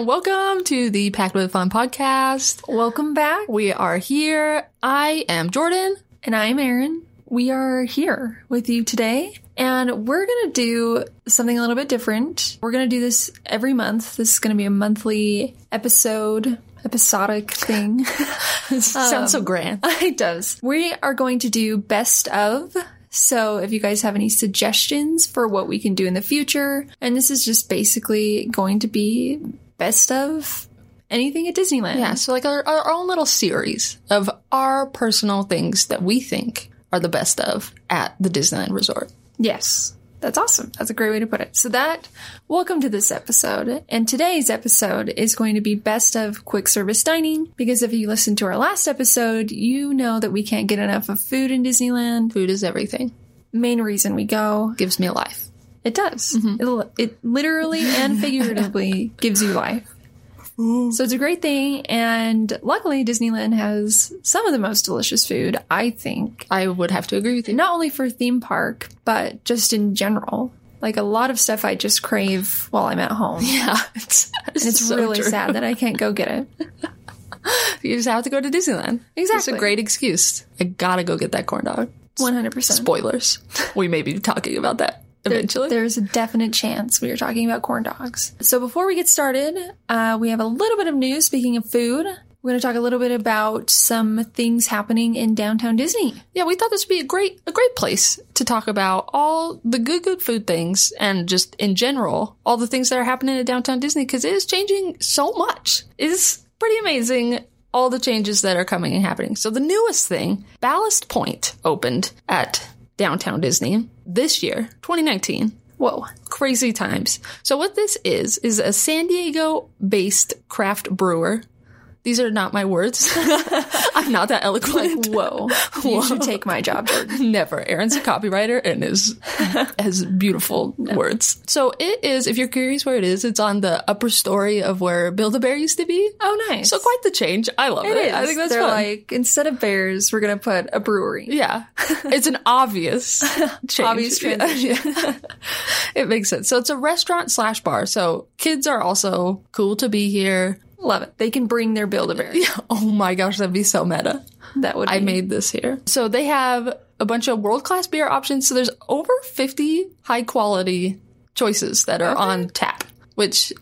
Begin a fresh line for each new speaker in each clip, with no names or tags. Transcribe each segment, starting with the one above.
welcome to the Packed with Fun podcast.
Welcome back.
We are here. I am Jordan.
And I'm Erin. We are here with you today, and we're going to do something a little bit different. We're going to do this every month. This is going to be a monthly episode, episodic thing.
Sounds so grand.
it does. We are going to do best of. So, if you guys have any suggestions for what we can do in the future, and this is just basically going to be best of anything at Disneyland.
Yeah, so like our, our own little series of our personal things that we think are the best of at the Disneyland Resort.
Yes. That's awesome. That's a great way to put it. So that, welcome to this episode. And today's episode is going to be best of quick service dining because if you listened to our last episode, you know that we can't get enough of food in Disneyland.
Food is everything.
Main reason we go.
Gives me life.
It does. It, li- it literally and figuratively gives you life. So it's a great thing. And luckily, Disneyland has some of the most delicious food, I think,
I would have to agree with you.
not only for theme park, but just in general. Like a lot of stuff I just crave while I'm at home.
Yeah, it's,
And it's
so
really
true.
sad that I can't go get it.
You just have to go to Disneyland. It's a
Exactly.
great excuse. I gotta go get that corn dog.
100%.
Spoilers. We may be talking about that eventually.
There's a definite chance we are talking about corn dogs. So before we get started, uh, we have a little bit of news. Speaking of food, we're going to talk a little bit about some things happening in downtown Disney.
yeah, we thought this would be a great a great place to talk about all the good good food things and just in general all the things that are happening at downtown Disney because it is changing so much. It's pretty amazing all the changes that are coming and happening. So the newest thing, Ballast Point opened at downtown Disney this year, 2019. Whoa, crazy times. So what this is is a San Diego based craft brewer. These are not my words. I'm not that eloquent.
Whoa. You should take my job, Jordan.
Never. Erin's a copywriter and is has beautiful words. So it is, if you're curious where it is, it's on the upper story of where Build a Bear used to be.
Oh, nice.
So quite the change. I love it.
It is.
I think that's
They're
fun.
like, instead of bears, we're going to put a brewery.
yeah. It's an obvious change.
Obvious transition.
Yeah. it makes sense. So it's a restaurant slash bar. So kids are also cool to be here.
Love it. They can bring their build a bear.
Oh my gosh, that'd be so meta.
That would be
I made this here. So they have a bunch of world class beer options. So there's over 50 high quality choices that are on tap, which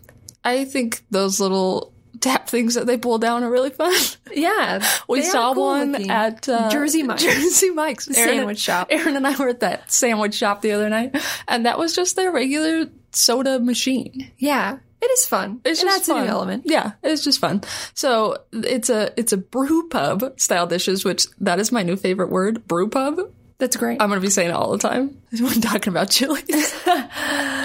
I think those little tap things that they pull down are really fun.
Yeah,
We
they are
saw
cool
one
looking.
at uh,
Jersey Mike's.
Jersey Mike's Aaron-
sandwich shop.
Aaron and I were at that sandwich shop the other night, and that was just their regular soda machine.
Yeah, it is fun.
It's
it
just
adds
fun.
a new element.
Yeah, it's just fun. So it's a it's a brew pub style dishes, which that is my new favorite word, brew pub.
That's great.
I'm going to be saying it all the time when talking about chilies.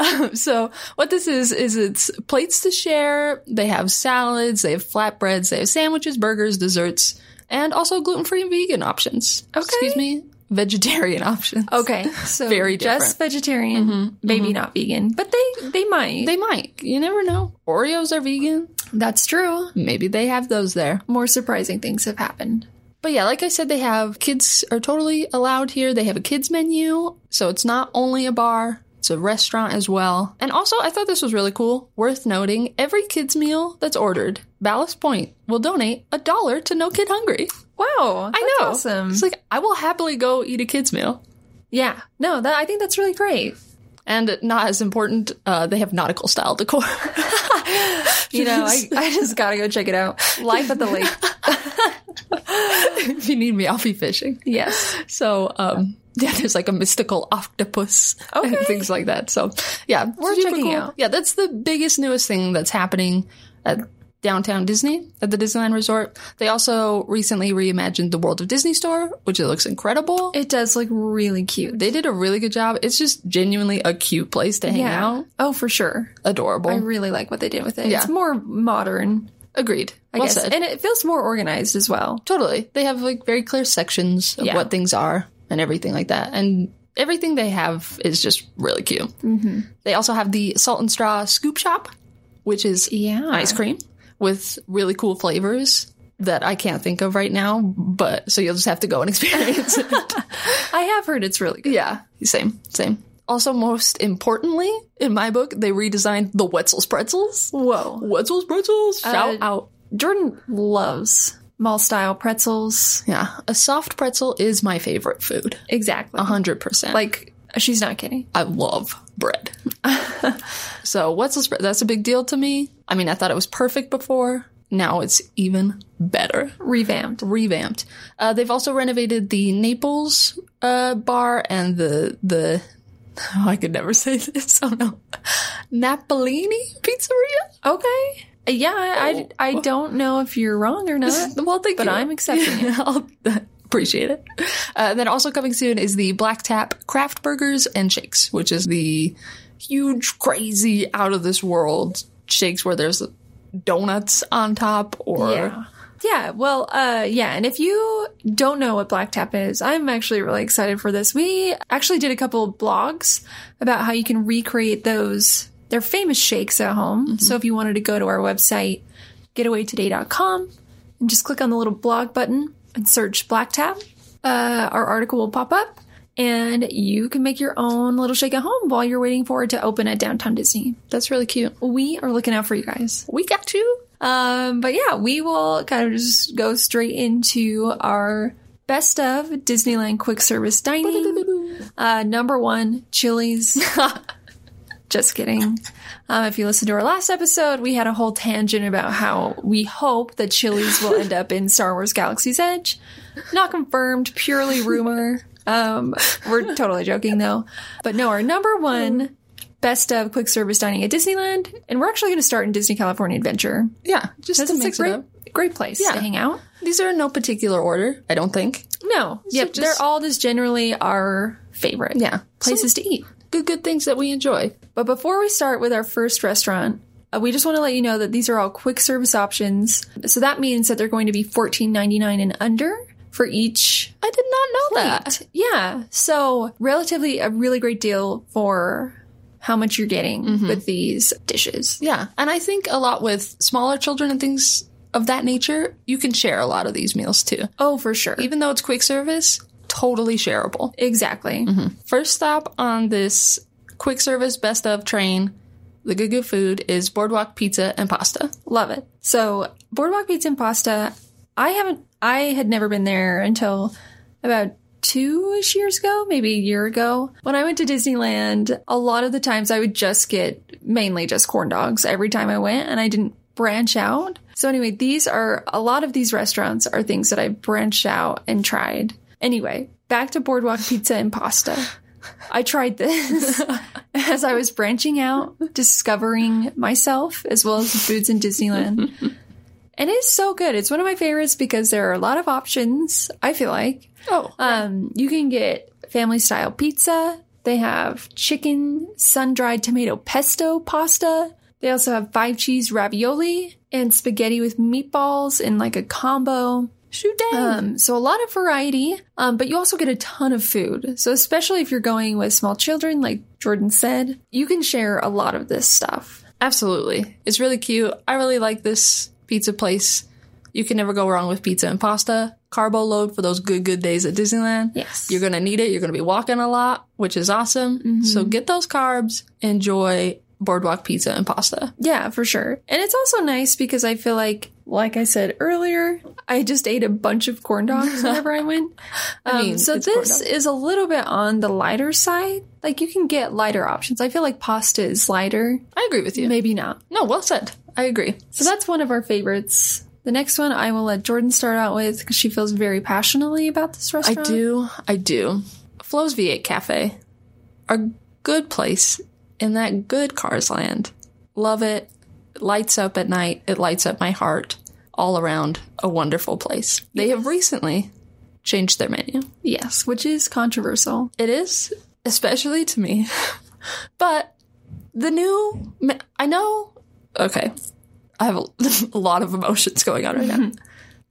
Um, so what this is is it's plates to share. They have salads, they have flatbreads, they have sandwiches, burgers, desserts, and also gluten free and vegan options.
Okay.
Excuse me, vegetarian options.
okay, so
Very Mm-hmm,
just vegetarian, maybe not vegan, but they they might.
They might. You never know. Oreos are vegan.
That's true.
Maybe they have those there.
More surprising things have happened.
But yeah, like I said, they have kids are totally allowed here. They have a kids menu, so it's not only a bar. It's a restaurant as well. And also, I thought this was really cool. Worth noting, every kids meal that's ordered, Ballast Point will donate a dollar to No Kid Hungry.
Wow,
I
that's
know.
Awesome.
It's like I will happily go eat a kids meal.
yeah, no, that I think that's really great.
And not as important, uh, they have nautical style decor.
You know, I, I just gotta go check it out. Life at the lake.
if you need me, I'll be fishing.
Yes.
So, um, yeah, there's like a mystical octopus and
Okay.
things like that. So, yeah, we're
Super
checking
cool.
out. Yeah, that's the biggest, newest thing that's happening at downtown Disney at the Disneyland Resort. They also recently reimagined the World of Disney store, which it looks incredible.
It does look really cute.
they did a really good job. It's just genuinely a cute place to hang
yeah.
out.
Oh, for sure.
Adorable.
I really like what they did with it.
Yeah.
It's more modern,
Agreed.
I
well
guess,
said.
and it feels more organized as well.
Totally. They have like very clear sections of
Yeah.
what things are and everything like that. And everything they have is just really cute. Mm-hmm. They also have the salt and straw scoop shop, which is
Yeah.
ice cream with really cool flavors that I can't think of right now. But so you'll just have to go and experience it.
I have heard it's really good.
Yeah. Same, same. Also, most importantly, in my book, they redesigned the Wetzel's pretzels.
Whoa.
Wetzel's pretzels. Shout
Uh,
out.
Jordan loves mall style pretzels.
Yeah. A soft pretzel is my favorite food.
Exactly.
A hundred percent.
Uh-huh. Like, she's not kidding.
I love bread. so Wetzel's bread, that's a big deal to me. I mean, I thought it was perfect before. Now it's even better.
Revamped.
Revamped. Uh, they've also renovated the Naples uh, bar and the the oh, I could never say this. Oh no, Napolini Pizzeria.
Okay. Yeah, I, I, I don't know if you're wrong or not.
Well, thank
But
you.
I'm accepting it.
I'll appreciate it. Uh, then also coming soon is the Black Tap Craft Burgers and Shakes, which is the huge, crazy, out of this world shakes where there's donuts on top or
Yeah. Yeah, well, uh, yeah, and if you don't know what Black Tap is, I'm actually really excited for this. We actually did a couple of blogs about how you can recreate those, they're famous shakes at home. So if you wanted to go to our website, getawaytoday.com, and just click on the little blog button and search Black Tap, uh, our article will pop up, and you can make your own little shake at home while you're waiting for it to open at Downtown Disney.
that's really cute.
We are looking out for you guys.
We got you.
Um, but yeah, we will kind of just go straight into our best of Disneyland quick service dining. Uh, number one, Chili's. just kidding. Um, if you listen to our last episode, we had a whole tangent about how we hope that Chili's will end up in Star Wars Galaxy's Edge. Not confirmed, purely rumor. Um, we're totally joking though. But no, our number one best of quick service dining at Disneyland, and we're actually going to start in Disney California Adventure.
Yeah, just
This
to
is a
mix it up.
great, great place
Yeah.
to hang out.
These are in no particular order, I don't think.
No, yep,
just-
they're all just generally our favorite.
Yeah.
places to eat.
Good, good things that we enjoy.
But before we start with our first restaurant, uh, we just want to let you know that these are all quick service options. So that means that they're going to be $14.99 and under for each.
I did not know that.
Yeah. So relatively a really great deal for how much you're getting
Mm-hmm.
with these dishes.
Yeah. And I think a lot with smaller children and things of that nature, you can share a lot of these meals too.
Oh, for sure.
Even though it's quick service, totally shareable.
exactly.
First stop on this quick service best of train, the good good food is boardwalk pizza and pasta.
Love it. So Boardwalk Pizza and Pasta, I haven't I had never been there until about two ish years ago, maybe a year ago. When I went to Disneyland, a lot of the times I would just get mainly just corn dogs every time I went and I didn't branch out. So anyway, these are a lot of these restaurants are things that I branched out and tried. Anyway, back to Boardwalk Pizza and Pasta. I tried this as I was branching out, discovering myself as well as the foods in Disneyland. and it's so good. It's one of my favorites because there are a lot of options, I feel like.
Oh.
Um, you can get family style pizza. They have chicken sun dried tomato pesto pasta. They also have five cheese ravioli and spaghetti with meatballs in like a combo.
Shoot down.
Um, so a lot of variety, um, but you also get a ton of food. So especially if you're going with small children, like Jordan said, you can share a lot of this stuff.
Absolutely. It's really cute. I really like this pizza place. You can never go wrong with pizza and pasta. Carbo load for those good, good days at Disneyland.
Yes.
You're going to need it. You're going to be walking a lot, which is awesome. So get those carbs, enjoy boardwalk pizza and pasta.
Yeah, for sure. And it's also nice because I feel like, like I said earlier, I just ate a bunch of corn dogs whenever I went. Um,
mean,
so
it's corn
this
dog.
is a little bit on the lighter side. Like you can get lighter options. I feel like pasta is lighter.
I agree with you.
Maybe not.
No, well said. I agree.
So that's one of our favorites. The next one I will let Jordan start out with because she feels very passionately about this
I
restaurant.
do. I do. Flo's V8 Cafe, a good place in that good Cars land. Love it. It Lights up at night. It lights up my heart. All around, a wonderful place. They have recently changed their menu.
Yes, which is controversial.
It is, especially to me. but the new, ma- I know, okay, I have a, a lot of emotions going on right now.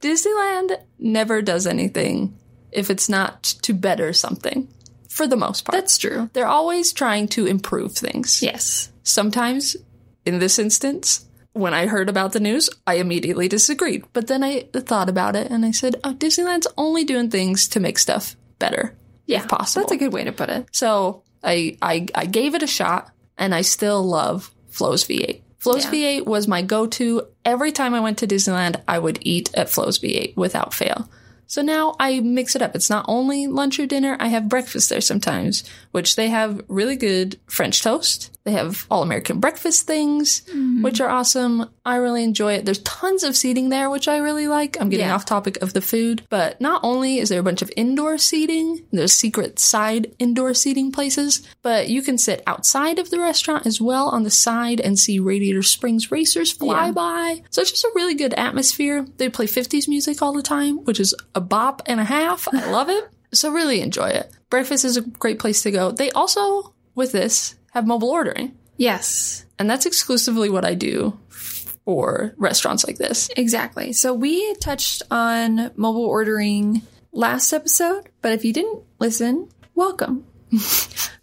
Disneyland never does anything if it's not to better something, for the most part.
That's true.
They're always trying to improve things.
Yes.
Sometimes, in this instance, when I heard about the news, I immediately disagreed. But then I thought about it and I said, oh, Disneyland's only doing things to make stuff better.
Yeah.
possible.
That's a good way to put it.
So I, I, I gave it a shot and I still love Flo's V8. Flo's V8 was my go to. Every time I went to Disneyland, I would eat at Flo's V8 without fail. So now I mix it up. It's not only lunch or dinner, I have breakfast there sometimes, which they have really good French toast. They have all American breakfast things, which are awesome. I really enjoy it. There's tons of seating there, which I really like. I'm getting
Yeah.
off topic of the food, but not only is there a bunch of indoor seating, there's secret side indoor seating places, but you can sit outside of the restaurant as well on the side and see Radiator Springs racers fly
Yeah.
by. So it's just a really good atmosphere. They play 50s music all the time, which is a bop and a half. I love it. So really enjoy it. Breakfast is a great place to go. They also, with this, have mobile ordering.
Yes.
And that's exclusively what I do for restaurants like this.
Exactly. So we touched on mobile ordering last episode, but if you didn't listen, welcome.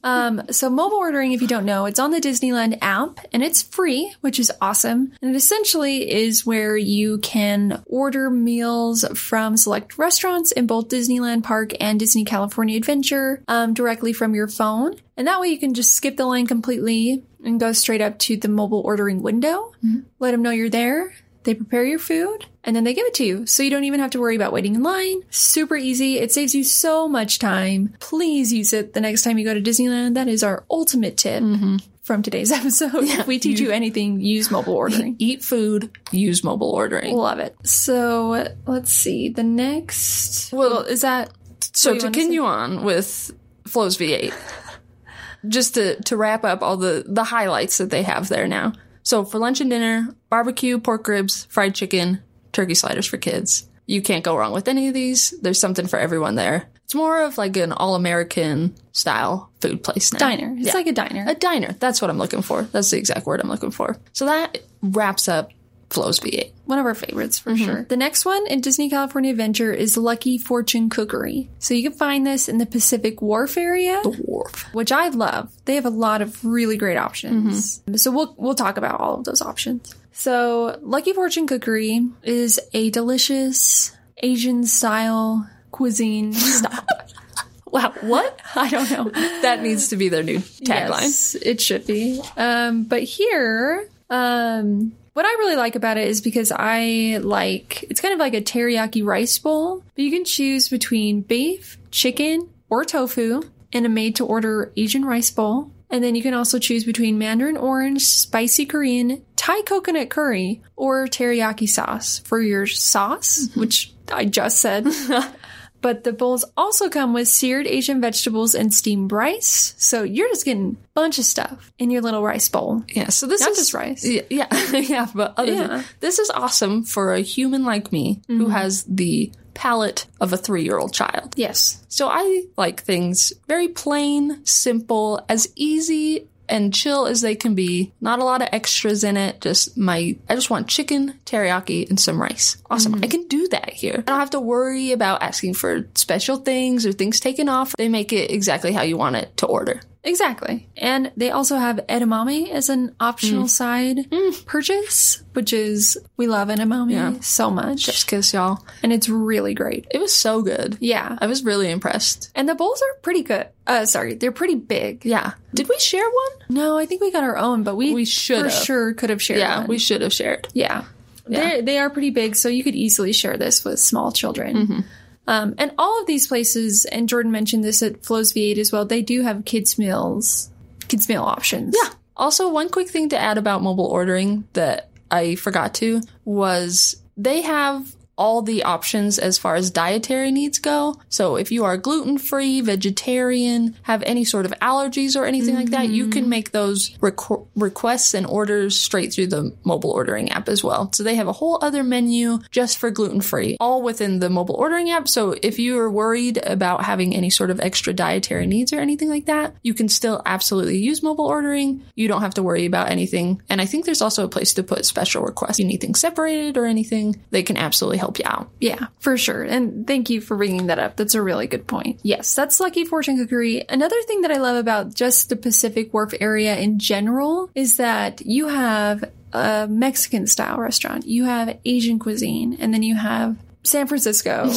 um, so mobile ordering, if you don't know, it's on the Disneyland app and it's free, which is awesome. And it essentially is where you can order meals from select restaurants in both Disneyland Park and Disney California Adventure um, directly from your phone. And that way you can just skip the line completely and go straight up to the mobile ordering window. Let them know you're there. They prepare your food and then they give it to you. So you don't even have to worry about waiting in line. Super easy. It saves you so much time. Please use it the next time you go to Disneyland. That is our ultimate tip
Mm-hmm.
from today's episode. if we teach you anything, use mobile ordering.
Eat food, use mobile ordering.
Love it. So let's see. The next.
Well,
Well, is that.
so
you
to
wanna say?
continue on with Flo's V8, just to, to wrap up all the, the highlights that they have there now. So for lunch and dinner, barbecue, pork ribs, fried chicken, turkey sliders for kids. You can't go wrong with any of these. There's something for everyone there. It's more of like an all American style food place now.
Diner. It's
Yeah.
like a diner.
A diner. That's what I'm looking for. That's the exact word I'm looking for. So that wraps up Flo's V8.
one of our favorites for sure. The next one in Disney California Adventure is Lucky Fortune Cookery. So you can find this in the Pacific Wharf area,
Wharf.
which I love. They have a lot of really great options. So we'll we'll talk about all of those options. So Lucky Fortune Cookery is a delicious Asian style cuisine. Stop. wow, what? I don't know.
That needs to be their new tagline.
Yes, it should be. Um, but here, um, what I really like about it is because I like it's kind of like a teriyaki rice bowl, but you can choose between beef, chicken, or tofu in a made to order Asian rice bowl. And then you can also choose between Mandarin orange, spicy Korean, Thai coconut curry, or teriyaki sauce for your sauce, which I just said. But the bowls also come with seared Asian vegetables and steamed rice. So you're just getting a bunch of stuff in your little rice bowl.
Yeah, so this
Not
is
just rice.
Yeah, yeah, yeah, but other
Yeah. Mm-hmm.
than this is awesome for a human like me who has the palate of a three-year-old child.
Yes.
So I like things very plain, simple, as easy and chill as they can be. Not a lot of extras in it. Just my, I just want chicken, teriyaki, and some rice. Awesome.
Mm-hmm.
I can do that here. I don't have to worry about asking for special things or things taken off. They make it exactly how you want it to order.
Exactly. And they also have edamame as an optional
Mm.
side purchase, which is, we love edamame
Yeah.
so much.
Just kiss y'all.
And it's really great.
It was so good.
Yeah.
I was really impressed.
And the bowls are pretty good. Uh, sorry, they're pretty big.
Yeah. Did we share one?
No, I think we got our own, but we,
We should
for
have.
sure could have shared
Yeah,
one.
we should have shared.
Yeah. They're, they are pretty big, so you could easily share this with small children. Um, and all of these places, and Jordan mentioned this at Flows V8 as well, they do have kids' meals, kids' meal options.
Yeah. Also, one quick thing to add about mobile ordering that I forgot to was they have all the options as far as dietary needs go. So if you are gluten free, vegetarian, have any sort of allergies or anything like that, you can make those requ- requests and orders straight through the mobile ordering app as well. So they have a whole other menu just for gluten free, all within the mobile ordering app. So if you are worried about having any sort of extra dietary needs or anything like that, you can still absolutely use mobile ordering. You don't have to worry about anything. And I think there's also a place to put special requests. If you need things separated or anything, they can absolutely help you out.
Yeah, for sure. And thank you for bringing that up. That's a really good point. Yes, that's Lucky Fortune Cookery. Another thing that I love about just the Pacific Wharf area in general is that you have a Mexican style restaurant, you have Asian cuisine, and then you have San Francisco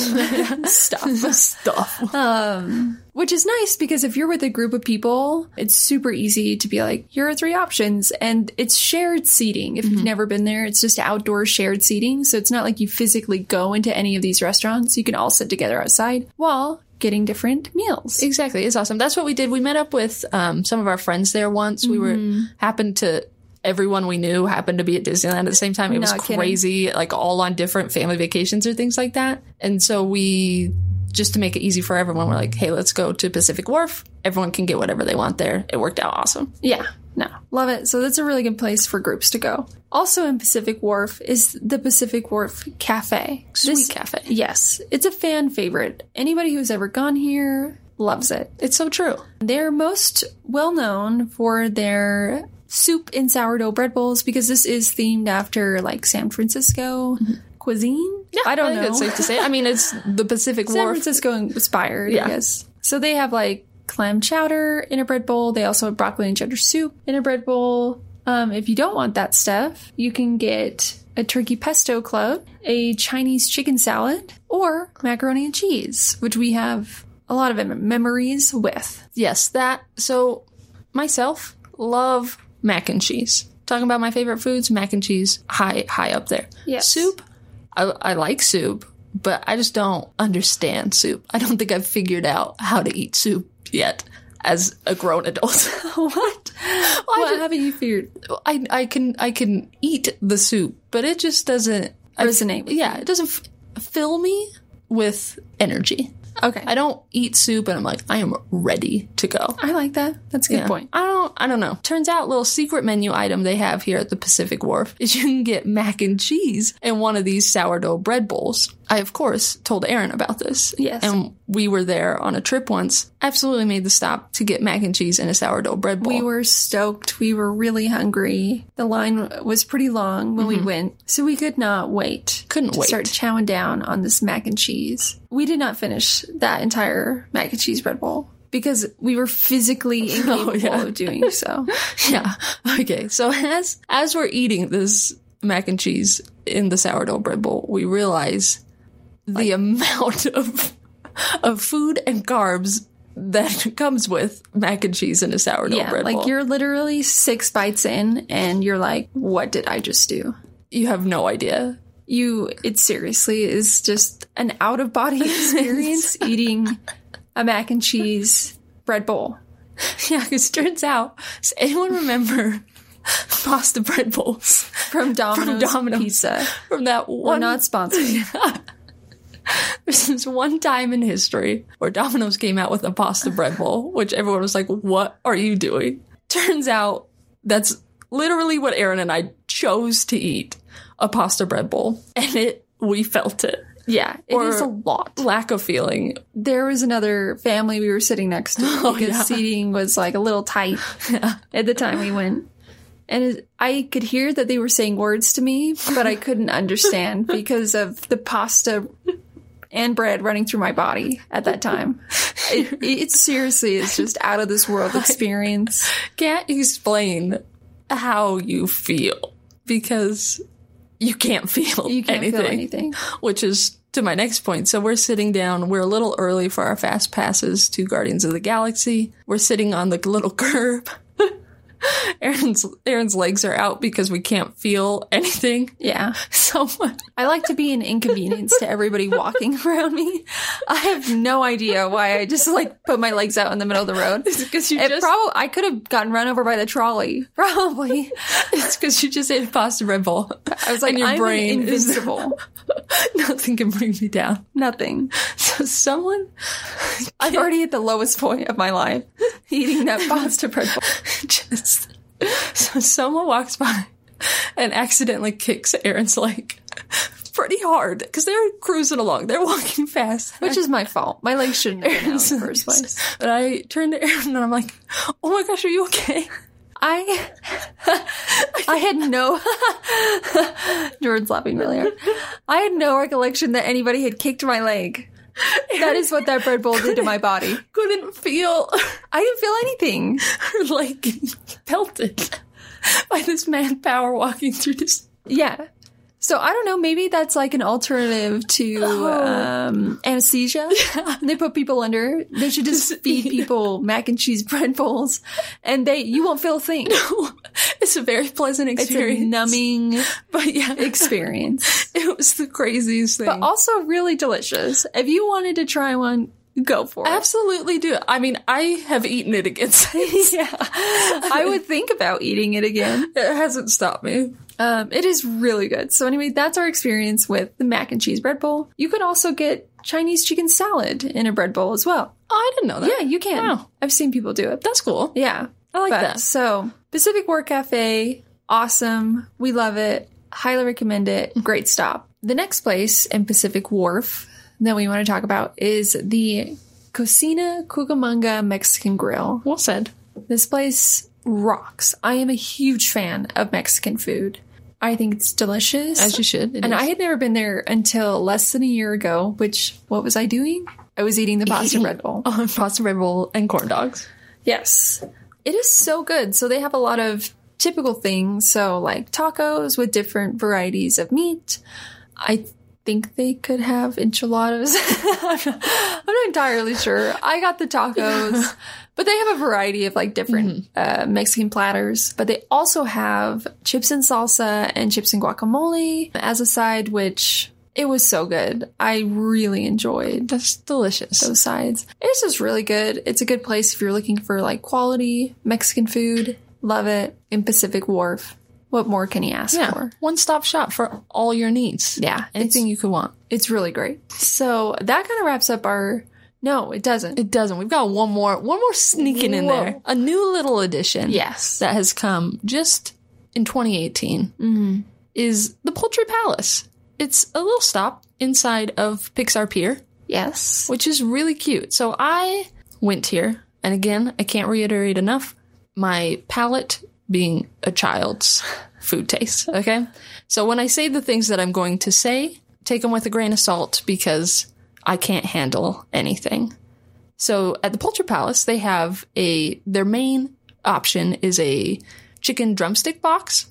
stuff.
Stuff.
Um, which is nice because if you're with a group of people, it's super easy to be like, here are three options. And it's shared seating. If
Mm-hmm.
you've never been there, it's just outdoor shared seating. So it's not like you physically go into any of these restaurants. You can all sit together outside while getting different meals.
Exactly. It's awesome. That's what we did. We met up with um, some of our friends there once. We
Mm-hmm.
were happened to everyone we knew happened to be at Disneyland at the same time. It was
Not kidding.
crazy, like all on different family vacations or things like that. And so we just to make it easy for everyone, we're like, hey, let's go to Pacific Wharf. Everyone can get whatever they want there. It worked out awesome.
Yeah, no, love it. So that's a really good place for groups to go. Also in Pacific Wharf is the Pacific Wharf Cafe.
Sweet cafe.
Yes, it's a fan favorite. Anybody who's ever gone here loves it.
It's so true.
They're most well known for their soup and sourdough bread bowls because this is themed after like San Francisco cuisine. I don't
think
know.
It's safe to say. Mm-hmm. I mean, it's the Pacific
San
Wharf.
Francisco inspired,
Yeah.
I guess. So they have like clam chowder in a bread bowl. They also have broccoli and cheddar soup in a bread bowl. Um, if you don't want that stuff, you can get a turkey pesto club, a Chinese chicken salad, or macaroni and cheese, which we have a lot of mem- memories with.
Yes, that. So myself love mac and cheese. Talking about my favorite foods, mac and cheese high high up there.
Yes.
Soup, I, I like soup, but I just don't understand soup. I don't think I've figured out how to eat soup yet as a grown adult.
what?
I
what
just-
haven't you figured?
I I can I can eat the soup, but it just doesn't I-
Resonate with
yeah, it doesn't f- fill me with energy.
Okay.
I don't eat soup, and I'm like I am ready to go.
I like that. That's a good
Yeah.
point.
I don't I don't know. Turns out little secret menu item they have here at the Pacific Wharf is you can get mac and cheese in one of these sourdough bread bowls. I of course told Aaron about this.
Yes.
And we were there on a trip once. Absolutely made the stop to get mac and cheese in a sourdough bread bowl.
We were stoked. We were really hungry. The line was pretty long when we went, so we could not wait.
Couldn't
to
wait.
Start chowing down on this mac and cheese. We did not finish that entire mac and cheese bread bowl because we were physically incapable
yeah.
of doing so.
yeah. Okay. So as as we're eating this mac and cheese in the sourdough bread bowl, we realize the amount of of food and carbs that comes with mac and cheese in a sourdough
yeah,
bread
like
bowl.
you're literally six bites in, and you're like, "What did I just do?"
You have no idea.
you it seriously is just an out of body experience eating a mac and cheese bread bowl.
Yeah, because turns out, does anyone remember pasta bread bowls
from Domino's,
Domino's.
Pizza.
from that
We're
one?
not sponsored.
There's this one time in history where Domino's came out with a pasta bread bowl, which everyone was like, What are you doing? Turns out that's literally what Aaron and I chose to eat a pasta bread bowl. And it, we felt it.
Yeah, it
Or-
is a lot.
Lack of feeling.
There was another family we were sitting next to because
yeah.
seating was like a little tight at the time we went. And it, I could hear that they were saying words to me, but I couldn't understand because of the pasta and bread running through my body at that time. It, it seriously is just out of this world experience.
Can't explain how you feel because you can't feel
You can't
anything.
feel anything.
which is to my next point. So we're sitting down. We're a little early for our fast passes to Guardians of the Galaxy. We're sitting on the little curb. Aaron's Aaron's legs are out because we can't feel anything.
Yeah.
Someone
I like to be an inconvenience to everybody walking around me. I have no idea why I just like put my legs out in the middle of the road.
because you
It
just
probably I could have gotten run over by the trolley. Probably.
it's because you just ate pasta Red Bull.
I was like,
And your
I'm
brain is-
invincible.
Nothing can bring me down.
Nothing.
So someone
I've already at the lowest point of my life eating that pasta bread bowl.
just so someone walks by and accidentally kicks Aaron's leg pretty hard because they're cruising along. They're walking fast.
Which is my fault. My legs shouldn't have been out in the first place.
But I turned to Aaron and I'm like, "Oh my gosh, are you okay?"
I I had no Jordan's laughing really hard. I had no recollection that anybody had kicked my leg. That is what that bread bowl did to my body.
Couldn't feel
I didn't feel anything.
her leg getting pelted by this manpower walking through this.
Yeah. So I don't know. Maybe that's like an alternative to
Oh.
um, anesthesia. They put people under. They should just feed people mac and cheese bread bowls, and they you won't feel a thing.
it's a very pleasant
It's
experience.
a numbing
but yeah,
experience,
it was the craziest thing.
but also really delicious. If you wanted to try one, go for it.
Absolutely do it. I mean, I have eaten it again since.
Yeah, I would think about eating it again.
It hasn't stopped me.
Um, it is really good. So anyway, that's our experience with the mac and cheese bread bowl. You could also get Chinese chicken salad in a bread bowl as well.
Oh, I didn't know that.
Yeah, you can.
Wow.
I've seen people do it.
That's cool.
Yeah,
I like
but-
that.
So Pacific War Cafe, awesome. We love it. Highly recommend it. Great stop. The next place in Pacific Wharf that we want to talk about is the Cocina Cucamonga Mexican Grill.
Well said.
This place rocks. I am a huge fan of Mexican food. I think it's delicious.
As you should.
and I had never been there until less than a year ago, which what was I doing? I was eating the pasta bread bowl.
on pasta bread bowl and corn dogs.
Yes. It is so good. So they have a lot of typical things, so like tacos with different varieties of meat. I think they could have enchiladas. I'm not I'm not entirely sure. I got the tacos, but they have a variety of like different uh, Mexican platters. But they also have chips and salsa and chips and guacamole as a side, which it was so good. I really enjoyed
That's delicious.
those sides. It's just really good. It's a good place if you're looking for like quality Mexican food. Love it in Pacific Wharf. What more can you ask
yeah.
for?
One stop shop for all your needs.
Yeah,
Anything you could want.
it's really great. So that kind of wraps up our. No, it doesn't.
It doesn't. We've got one more one more sneaking in
Whoa.
there. A new little addition.
yes,
That has come just in 2018
Mm-hmm.
is the Poultry Palace. It's a little stop inside of Pixar Pier.
yes.
which is really cute. So I went here, and again, I can't reiterate enough my palate being a child's food taste. Okay. So when I say the things that I'm going to say, take them with a grain of salt because I can't handle anything. So at the Poultry Palace, they have a, their main option is a chicken drumstick box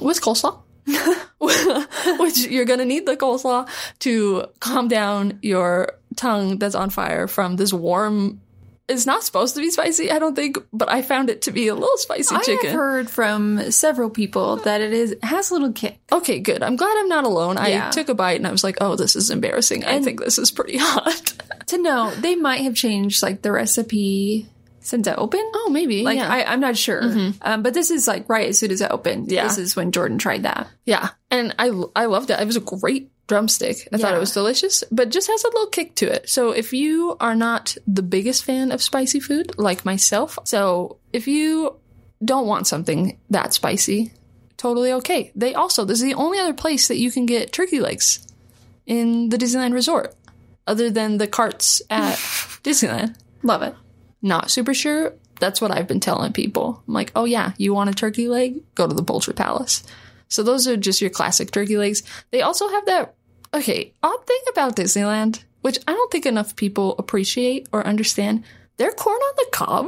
with coleslaw. which you're gonna need the coleslaw to calm down your tongue that's on fire from this warm. It's not supposed to be spicy, I don't think, but I found it to be a little spicy
I
chicken.
have heard from several people that it is has a little kick.
okay, good. I'm glad I'm not alone.
Yeah.
I took a bite and I was like, oh, this is embarrassing. I think this is pretty hot.
To know they might have changed like the recipe since it opened.
oh, maybe.
Like
yeah. Mm-hmm.
I, I'm not sure, um, but this is like right as soon as it opened.
Yeah.
This is when Jordan tried that.
Yeah, and I I loved it. It was a great drumstick. I thought
Yeah.
it was delicious, but just has a little kick to it. So if you are not the biggest fan of spicy food like myself, so if you don't want something that spicy, totally okay. They also this is the only other place that you can get turkey legs in the Disneyland Resort other than the carts at Disneyland.
Love it.
Not super sure. That's what I've been telling people. I'm like, "Oh yeah, you want a turkey leg? Go to the Poultry Palace." So those are just your classic turkey legs. They also have that okay, odd thing about Disneyland, which I don't think enough people appreciate or understand, their corn on the cob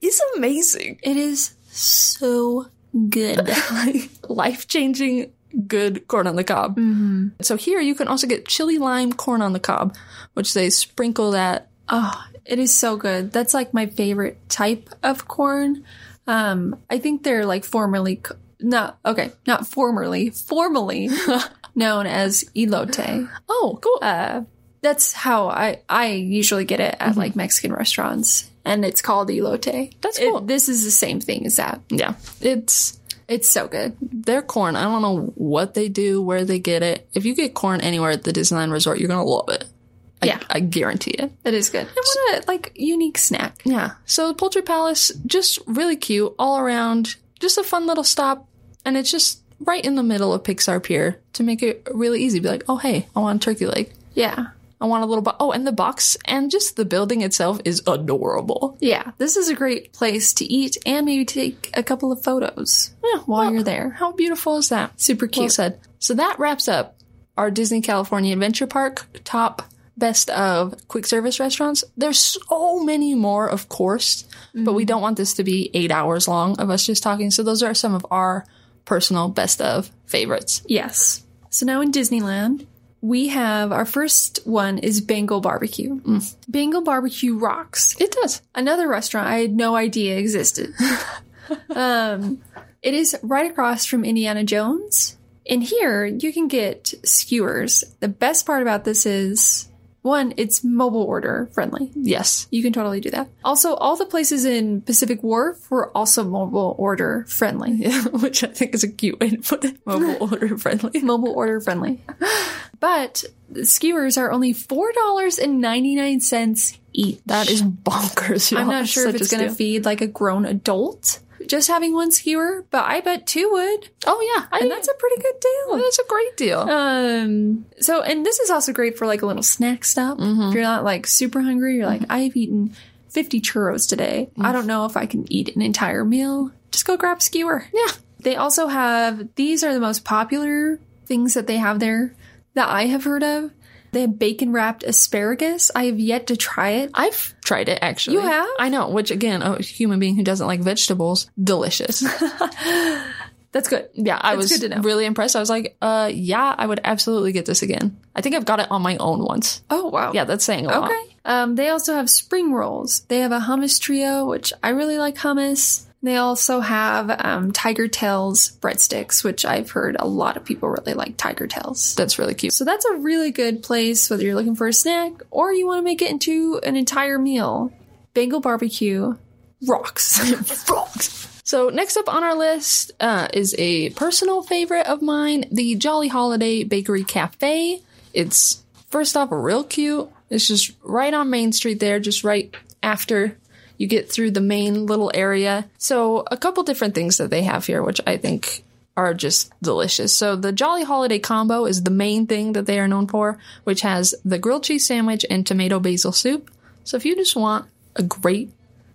is amazing.
It is so good.
Like life changing good corn on the cob. So here you can also get chili lime corn on the cob, which they sprinkle that
oh, it is so good. That's like my favorite type of corn. Um, I think they're like formerly c- no, okay, not formerly, formerly known as elote.
oh cool.
Uh, that's how I I usually get it at like Mexican restaurants, and it's called elote.
That's
It-
cool.
this is the same thing as that.
yeah. It's
It's so good.
their corn, I don't know what they do, where they get it. If you get corn anywhere at the Disneyland Resort, you're gonna love it. I,
Yeah.
I guarantee it.
It is good. I want a like unique snack.
Yeah. So the Poultry Palace, just really cute all around. Just a fun little stop, and it's just right in the middle of Pixar Pier to make it really easy. Be like, oh hey, I want a turkey leg.
Yeah,
I want a little bo- oh, and the box and just the building itself is adorable.
yeah. This is a great place to eat and maybe take a couple of photos.
Yeah,
while
well,
you're there.
How beautiful is that?
Super
Well
cute.
said. So that wraps up our Disney California Adventure Park top best of quick service restaurants. There's so many more, of
Mm-hmm.
course, but we don't want this to be eight hours long of us just talking. So those are some of our personal best of favorites.
Yes. So now in Disneyland, we have our first one is Bengal Barbecue. Bengal Barbecue rocks.
It does.
Another restaurant I had no idea existed. um, it is right across from Indiana Jones. And here you can get skewers. The best part about this is one, it's mobile order friendly.
Yes.
You can totally do that. Also, all the places in Pacific Wharf were also mobile order friendly.
Which I think is a cute way to put it. Mobile order friendly.
mobile order friendly. But the skewers are only four dollars and ninety nine cents each.
That is bonkers.
I'm
y'all.
not sure if
Such a
it's going to
steal.
feed like a grown adult just having one skewer, but I bet two would,
Oh yeah, I,
and that's a pretty good deal.
that's a great deal.
Um. So, and this is also great for like a little snack stop. If you're not like super hungry, you're like, I've eaten fifty churros today. I don't know if I can eat an entire meal. Just go grab a skewer.
yeah.
They also have these are the most popular things that they have there that I have heard of. They have bacon wrapped asparagus. I have yet to try it.
I've tried it actually.
You have?
I know, which again, a human being who doesn't like vegetables, delicious.
That's good.
Yeah, I
That's
was
good to know.
really impressed. I was like, uh, yeah, I would absolutely get this again. I think I've got it on my own once.
Oh wow.
Yeah, that's saying a lot.
Okay. Um, they also have spring rolls. They have a hummus trio, which I really like hummus. They also have um, tiger tails breadsticks, which I've heard a lot of people really like tiger tails.
That's really cute.
So that's a really good place whether you're looking for a snack or you want to make it into an entire meal. Bengal barbecue rocks.
So next up on our list uh, is a personal favorite of mine, the Jolly Holiday Bakery Cafe. It's first off real cute. It's just right on Main Street there, just right after you get through the main little area. So a couple different things that they have here, which I think are just delicious. So the Jolly Holiday combo is the main thing that they are known for, which has the grilled cheese sandwich and tomato basil soup. So if you just want a great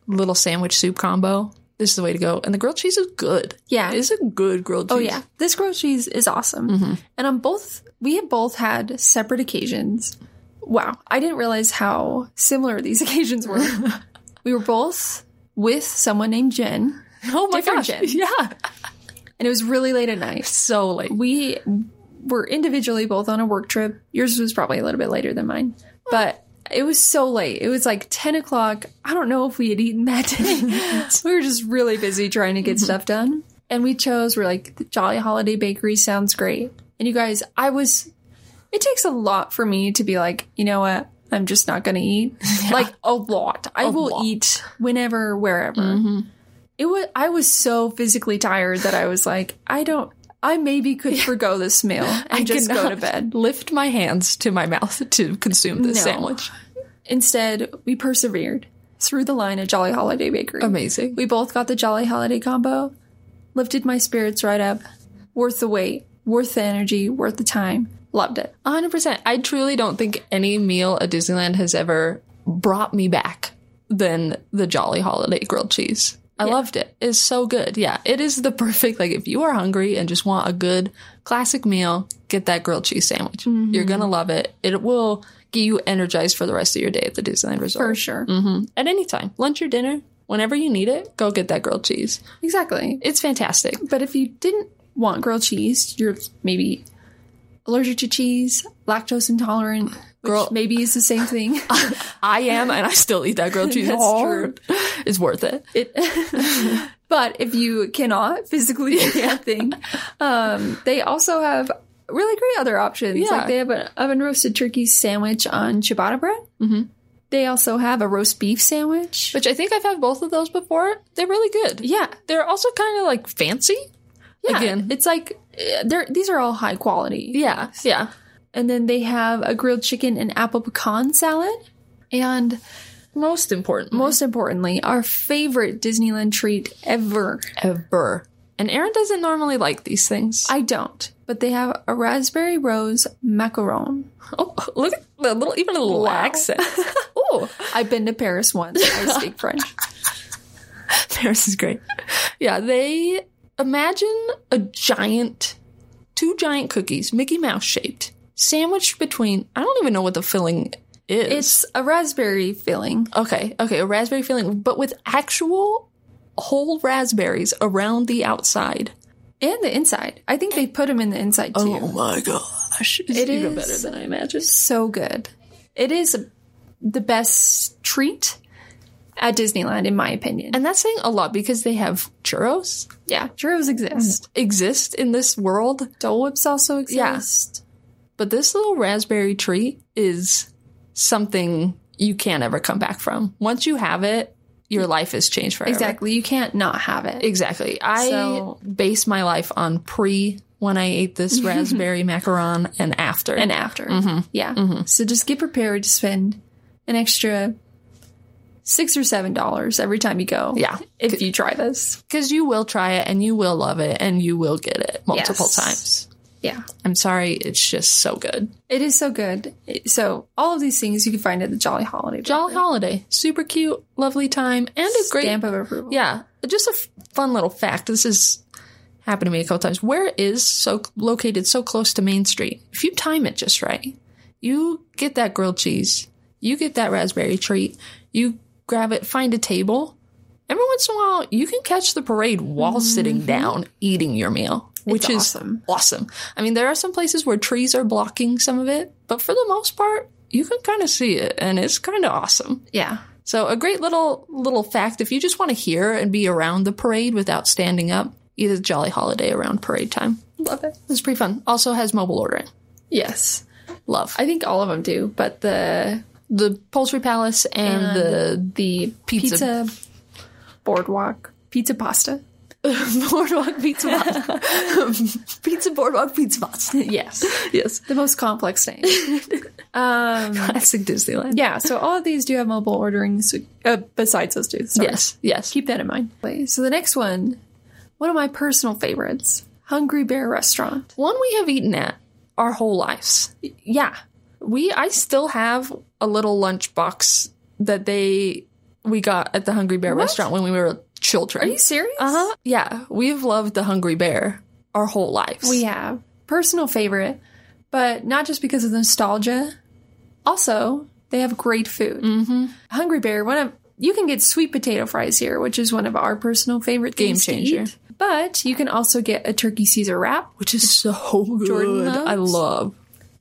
little sandwich soup combo. This is the way to go. And the grilled cheese is good.
Yeah.
It's a good grilled cheese.
Oh yeah, this grilled cheese is awesome. And on both, we have both had separate occasions. Wow, I didn't realize how similar these occasions were. we were both with someone named Jen,
Oh my
Different
gosh.
Jen.
Yeah.
and it was really late at night.
So late.
We were individually both on a work trip. Yours was probably a little bit later than mine, but. It was so late. It was like 10 o'clock. I don't know if we had eaten that day. we were just really busy trying to get stuff done. And we chose, we're like, the Jolly Holiday Bakery sounds great. And you guys, I was it takes a lot for me to be like, you know what? I'm just not going to eat. Like a lot. I will
lot. Mm-hmm.
eat whenever, wherever. It was. I was so physically tired that I was like, I don't. I maybe could forgo this meal and just go
cannot
to bed.
Lift my hands to my mouth to consume this
No.
sandwich.
Instead, we persevered through the line at Jolly Holiday Bakery.
Amazing.
We both got the Jolly Holiday combo. Lifted my spirits right up. Worth the wait. Worth the energy. Worth the time. Loved it.
100%. I truly don't think any meal at Disneyland has ever brought me back than the Jolly Holiday grilled cheese. I loved it. It's so good. Yeah. It is the perfect, like, if you are hungry and just want a good classic meal, get that grilled cheese sandwich.
Mm-hmm.
You're going to love it. It will get you energized for the rest of your day at the Disneyland Resort. Mm-hmm.
For sure.
At any time, lunch or dinner, whenever you need it, go get that grilled cheese.
Exactly.
It's fantastic.
But if you didn't want grilled cheese, you're maybe allergic to cheese, lactose intolerant, which
Girl-
maybe is the same thing.
I am, and I still eat that grilled cheese.
That's
hard. It's worth it.
It- but if you cannot physically do that thing, um, they also have really great other options.
Yeah.
Like they have an oven roasted turkey sandwich on ciabatta bread. Mm-hmm. They also have a roast beef sandwich.
Which I think I've had both of those before. They're really good.
yeah,
They're also kind of like fancy.
yeah,
Again.
it's like uh, they're these are all high quality.
Yeah. Yeah.
and then they have a grilled chicken and apple pecan salad. And
Most important.
most importantly, our favorite Disneyland treat ever.
ever. And Aaron doesn't normally like these things.
I don't, but they have a raspberry rose macaron.
oh, look at the little, even a little
Wow.
accent. oh,
I've been to Paris once. I speak French.
Paris is great. Yeah, they imagine a giant, two giant cookies, Mickey Mouse shaped, sandwiched between. I don't even know what the filling is.
It's a raspberry filling.
okay, okay, a raspberry filling, but with actual whole raspberries around the outside.
and the inside. I think they put them in the inside too.
Oh my gosh. It's
It
even
is-
better than I imagined.
So good. It is the best treat at Disneyland, in my opinion. And
And that's saying a lot because they have churros
yeah, churros exist.
exist in this world,
Dole whips also
Yeah.
exist.
but this little raspberry treat is something you can't ever come back from. Once you have it, your life is changed forever.
Exactly. You can't not have it.
Exactly. I
So-
base my life on pre when I ate this raspberry macaron and after.
and after.
Mm-hmm.
Yeah. So just get prepared to spend an extra six or seven dollars every time you go.
Yeah.
If you try this.
because you will try it and you will love it and you will get it multiple
Yes.
times.
Yeah.
I'm sorry, it's just so good.
It is so good. It- So all of these things you can find at the Jolly Holiday.
Jolly holiday, super cute, lovely time, and a great
stamp of approval.
Yeah, just a f- fun little fact. This has happened to me a couple times. Where it is so located so close to Main Street? If you time it just right, you get that grilled cheese, you get that raspberry treat, you grab it, find a table. Every once in a while, you can catch the parade while sitting down eating your meal, which is
awesome.
awesome. I mean, there are some places where trees are blocking some of it, but for the most part, you can kind of see it, and it's kind of awesome.
Yeah.
So a great little little fact if you just want to hear and be around the parade without standing up, eat a jolly holiday around parade time.
Love it.
It's pretty fun. Also has mobile ordering.
Yes.
Love.
I think all of them do, but the
The Poultry Palace and, the
the
Pizza.
pizza boardwalk, pizza pasta.
Boardwalk Pizza Box. pizza Boardwalk Pizza Box.
Yes.
yes.
the most complex name.
Classic Disneyland.
yeah, so all of these do have mobile ordering so, uh, besides those two. Sorry.
Yes. Yes.
Keep that in mind. Okay, So the next one, one of my personal favorites, Hungry Bear Restaurant.
One we have eaten at our whole lives.
Yeah.
We I still have a little lunch box that they we got at the Hungry Bear restaurant when we were children.
Are you serious?
Uh huh. Yeah, we've loved the Hungry Bear our whole lives.
We have. Personal favorite, but not just because of nostalgia. Also, they have great food. Mm-hmm. Hungry Bear, one of you can get sweet potato fries here, which is one of our personal favorite
Game
things to
changer.
eat. But you can also get a turkey Caesar wrap.
which is so good.
loves.
I love.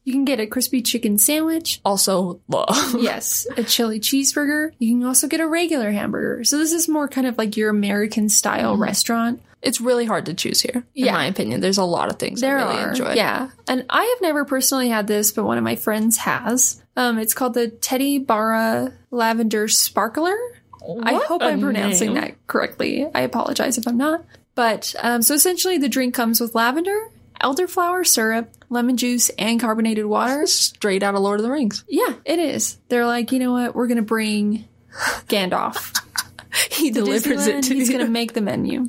You can get a crispy chicken sandwich.
Also love.
Yes, a chili cheeseburger. You can also get a regular hamburger. So this is more kind of like your American style
Mm-hmm.
restaurant.
It's really hard to choose here, in
Yeah.
my opinion. There's a lot of things
There
I really
are,
enjoy.
yeah. And I have never personally had this, but one of my friends has. Um, it's called the Teddy Barra Lavender Sparkler. I
What
hope
a
I'm pronouncing
name.
that correctly. I apologize if I'm not. But um, so essentially, the drink comes with lavender, elderflower syrup, lemon juice, and carbonated water.
Straight out of Lord of the Rings.
Yeah, it is. They're like, you know what? We're gonna bring Gandalf.
He delivers it
Disneyland,
to
he's
you.
going to make the menu.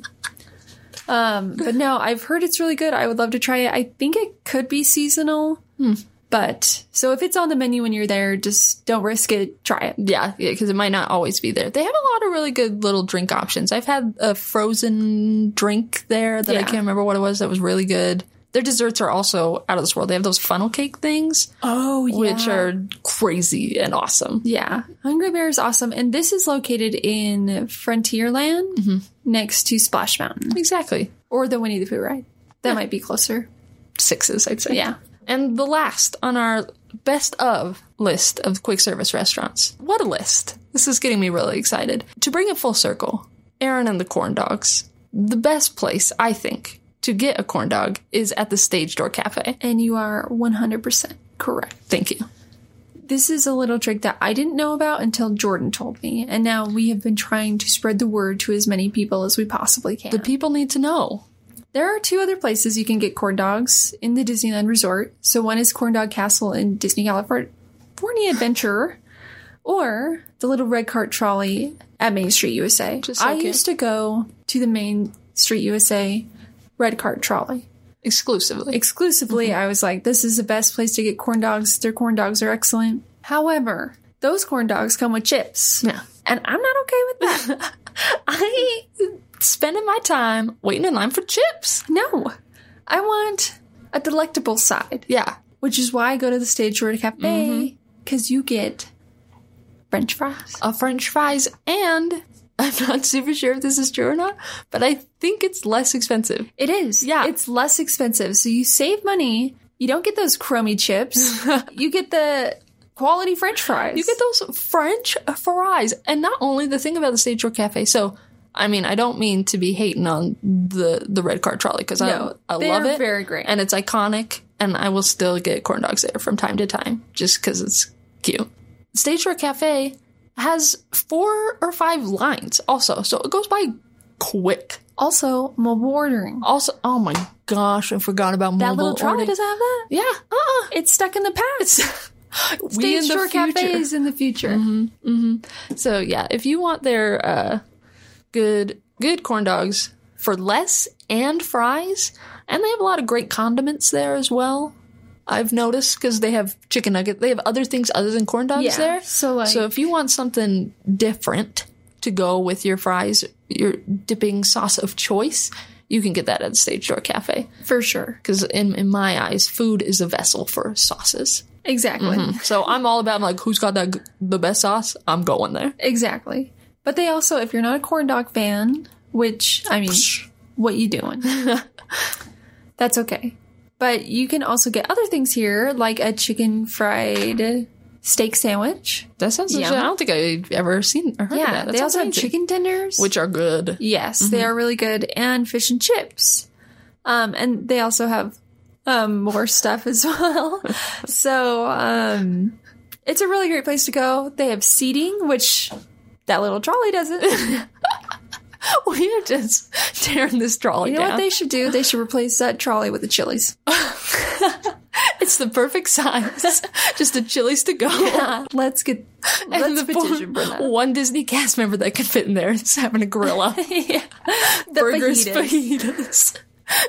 Um, but no, I've heard it's really good. I would love to try it. I think it could be seasonal,
Hmm.
but so if it's on the menu when you're there, just don't risk it. Try it.
Yeah, yeah, because it might not always be there. They have a lot of really good little drink options. I've had a frozen drink there that I
Yeah.
can't remember what it was that was really good. Their desserts are also out of this world. They have those funnel cake things,
Oh, yeah.
which are crazy and awesome.
yeah, Hungry Bear is awesome, and this is located in Frontierland,
Mm-hmm.
next to Splash Mountain
Exactly.
or the Winnie the Pooh ride. That might be closer.
sixes, I'd say.
Yeah.
And the last on our best of list of quick service restaurants. What a list. This is getting me really excited. To bring it full circle, Aaron and the corn dogs. The best place, I think, to get a corn dog is at the Stage Door Cafe.
And you are 100% correct.
Thank you.
This is a little trick that I didn't know about until Jordan told me, and now we have been trying to spread the word to as many people as we possibly can.
The people need to know.
there are two other places you can get corn dogs in the Disneyland Resort. So one is Corn Dog Castle in Disney California Adventure, or the Little Red Cart Trolley at Main Street USA.
Just so
I
cute.
used to go to the Main Street USA Red Cart Trolley
Exclusively.
exclusively,
Mm-hmm.
I was like, this is the best place to get corn dogs. Their corn dogs are excellent. However, those corn dogs come with chips.
Yeah.
And I'm not okay with that.
I spending my time waiting in line for chips.
no. I want a delectable side,
Yeah.
which is why I go to the Stage Door
Mm-hmm.
Cafe because you get french fries.
A french fries and I'm not super sure if this is true or not, but I think it's less expensive.
It is.
Yeah.
It's less expensive. So you save money. You don't get those crummy chips. you get the quality french fries.
You get those French fries. And not only the thing about the Stage Door Cafe. So, I mean, I don't mean to be hating on the, the red card trolley because
No,
I, I
they're
love it.
very great.
And it's iconic. And I will still get corn dogs there from time to time just because it's cute. Stage Door Cafe has four or five lines also. So it goes by quick.
also mobile ordering.
Also, oh my gosh, I forgot about
That
mobile
little trolley
ordering.
doesn't have that.
Yeah. Uh-uh.
It's stuck in the past.
We in
Stage
the
Door Cafe
future. Mm-hmm.
is in the future.
So yeah, if you want their uh, good good corn dogs for less and fries, and they have a lot of great condiments there as well. I've noticed because they have chicken nugget, they have other things other than corn dogs
Yeah,
there.
so, like-
so if you want something different to go with your fries, your dipping sauce of choice, you can get that at the Stage Door Cafe.
For sure.
Because in in my eyes, food is a vessel for sauces.
Exactly.
So I'm all about like who's got the g- the best sauce. I'm going there.
Exactly. But they also, if you're not a corn dog fan, which I mean, what you doing? That's okay. But you can also get other things here, like a chicken fried steak sandwich.
That sounds
Yeah.
yeah. I don't think I've ever seen or heard of
Yeah,
that. That
they
sounds
also have
amazing.
chicken tenders,
which are good.
yes, they
Mm-hmm.
are really good, and fish and chips. Um, and they also have um, more stuff as well. so um, it's a really great place to go. They have seating, which that little trolley doesn't. Oh,
we are just tearing this trolley
You know
down.
what they should do? They should replace that trolley with the chilies.
it's the perfect size. just the chilies to go.
let's get
And
let's
the
petition for
one,
that.
one Disney cast member that could fit in there is having a gorilla.
The
Burgers,
fajitas.
fajitas,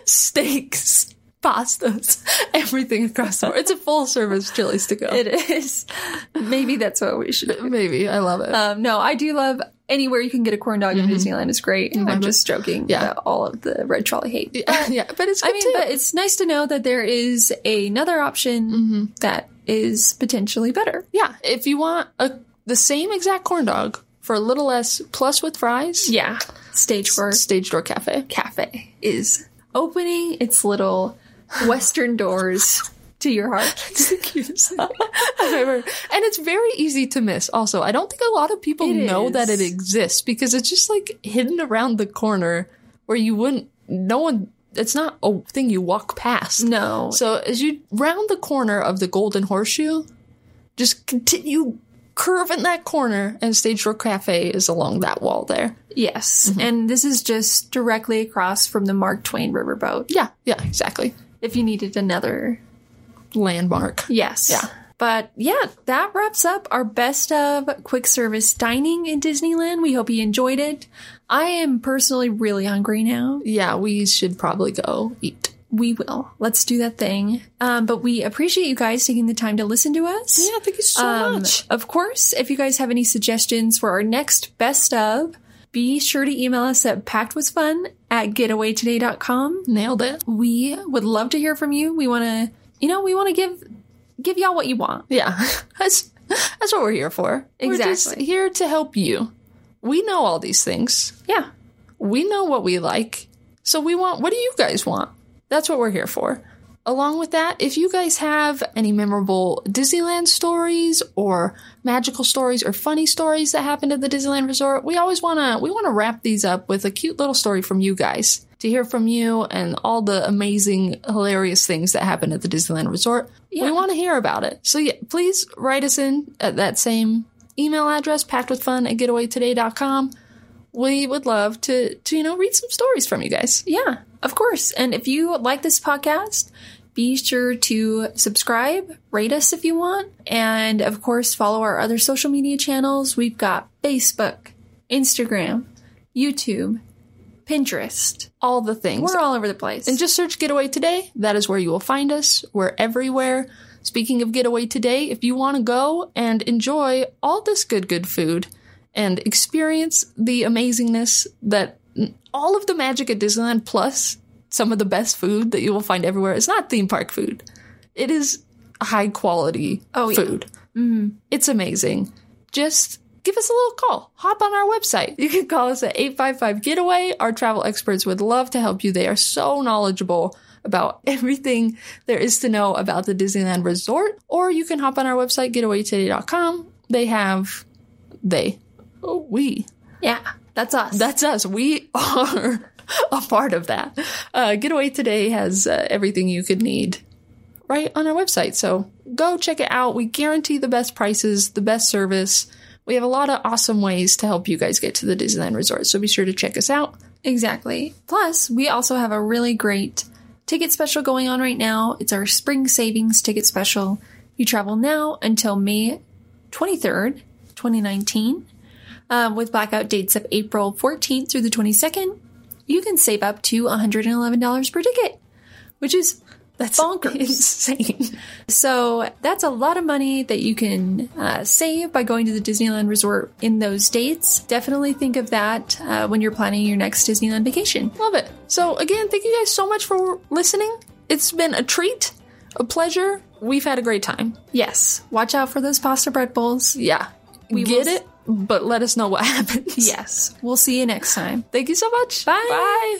steaks, pastas, everything across the board. It's a full service chilies to go.
It is. Maybe that's what we should. do.
Maybe. I love it.
Um, no, I do love anywhere you can get a corn dog in Disneyland is great. I'm
Mm-hmm. love
just joking
Yeah.
about all of the red trolley hate.
yeah, yeah, but it's good
I mean,
too.
but it's nice to know that there is another option
Mm-hmm.
that is potentially better.
Yeah, if you want a the same exact corn dog for a little less, plus with fries,
Yeah, stage for
Stage Door Cafe.
Cafe is opening its little western doors to your heart.
It's the cutest thing I've ever. And it's very easy to miss. Also, I don't think a lot of people
It
know that
is.
it exists because it's just like hidden around the corner where you wouldn't. No one. It's not a thing you walk past.
No,
So as you round the corner of the Golden Horseshoe, just continue curving that corner, and Stage Door Cafe is along that wall there.
Yes.
Mm-hmm.
And this is just directly across from the Mark Twain riverboat.
Yeah, yeah, exactly.
If you needed another.
Landmark.
Yes.
Yeah.
But yeah, that wraps up our best of quick service dining in Disneyland. We hope you enjoyed it. I am personally really hungry now.
Yeah, we should probably go eat.
We will. Let's do that thing. Um, but we appreciate you guys taking the time to listen to us.
thank you so
Um, Of course, if you guys have any suggestions for our next best of, be sure to email us at pactwasfun at getawaytoday.com.
Nailed it.
we would love to hear from you. We want to, you know, we want to give give y'all what you want.
Yeah, that's that's what we're here for. We're just
Exactly.
here to help you. We know all these things.
Yeah,
We know what we like. So we want. What do you guys want? That's what we're here for. Along with that, if you guys have any memorable Disneyland stories or magical stories or funny stories that happened at the Disneyland Resort, we always wanna we wanna wrap these up with a cute little story from you guys to hear from you and all the amazing, hilarious things that happened at the Disneyland Resort. We want to hear about it. So yeah, please write us in at that same email address, packed with fun at getawaytoday.com. We would love to to, you know, read some stories from you guys.
yeah, of course. And if you like this podcast, be sure to subscribe, rate us if you want, and of course, follow our other social media channels. We've got Facebook, Instagram, YouTube, Pinterest.
All the things.
We're all over the place.
And just search Getaway Today. That is where you will find us. We're everywhere. Speaking of Getaway Today, if you want to go and enjoy all this good, good food and experience the amazingness that all of the magic at Disneyland, plus some of the best food that you will find everywhere, it's not theme park food. It is high quality
Oh, yeah.
food. It's amazing. Just give us a little call. Hop on our website. You can call us at 855 Getaway. Our travel experts would love to help you. They are so knowledgeable about everything there is to know about the Disneyland resort. Or you can hop on our website, getawaytoday.com. They have, they, oh, we,
Yeah, that's us.
that's us. We are a part of that. Uh, Getaway Today has uh, everything you could need right on our website. So go check it out. We guarantee the best prices, the best service. We have a lot of awesome ways to help you guys get to the Disneyland Resort. So be sure to check us out.
Exactly. Plus, we also have a really great ticket special going on right now. It's our spring savings ticket special. You travel now until May 23rd, 2019, um, with blackout dates of April 14th through the 22nd. You can save up to $111 per ticket, which is that's bonkers.
Insane.
So that's a lot of money that you can uh, save by going to the Disneyland Resort in those dates. Definitely think of that uh, when you're planning your next Disneyland vacation.
Love it. So again, thank you guys so much for listening. It's been a treat, a pleasure. We've had a great time.
Yes, watch out for those pasta bread bowls.
Yeah. We
will
get
s-
it, but let us know what happens.
Yes, we'll see you next time.
Thank you so much.
Bye.
Bye.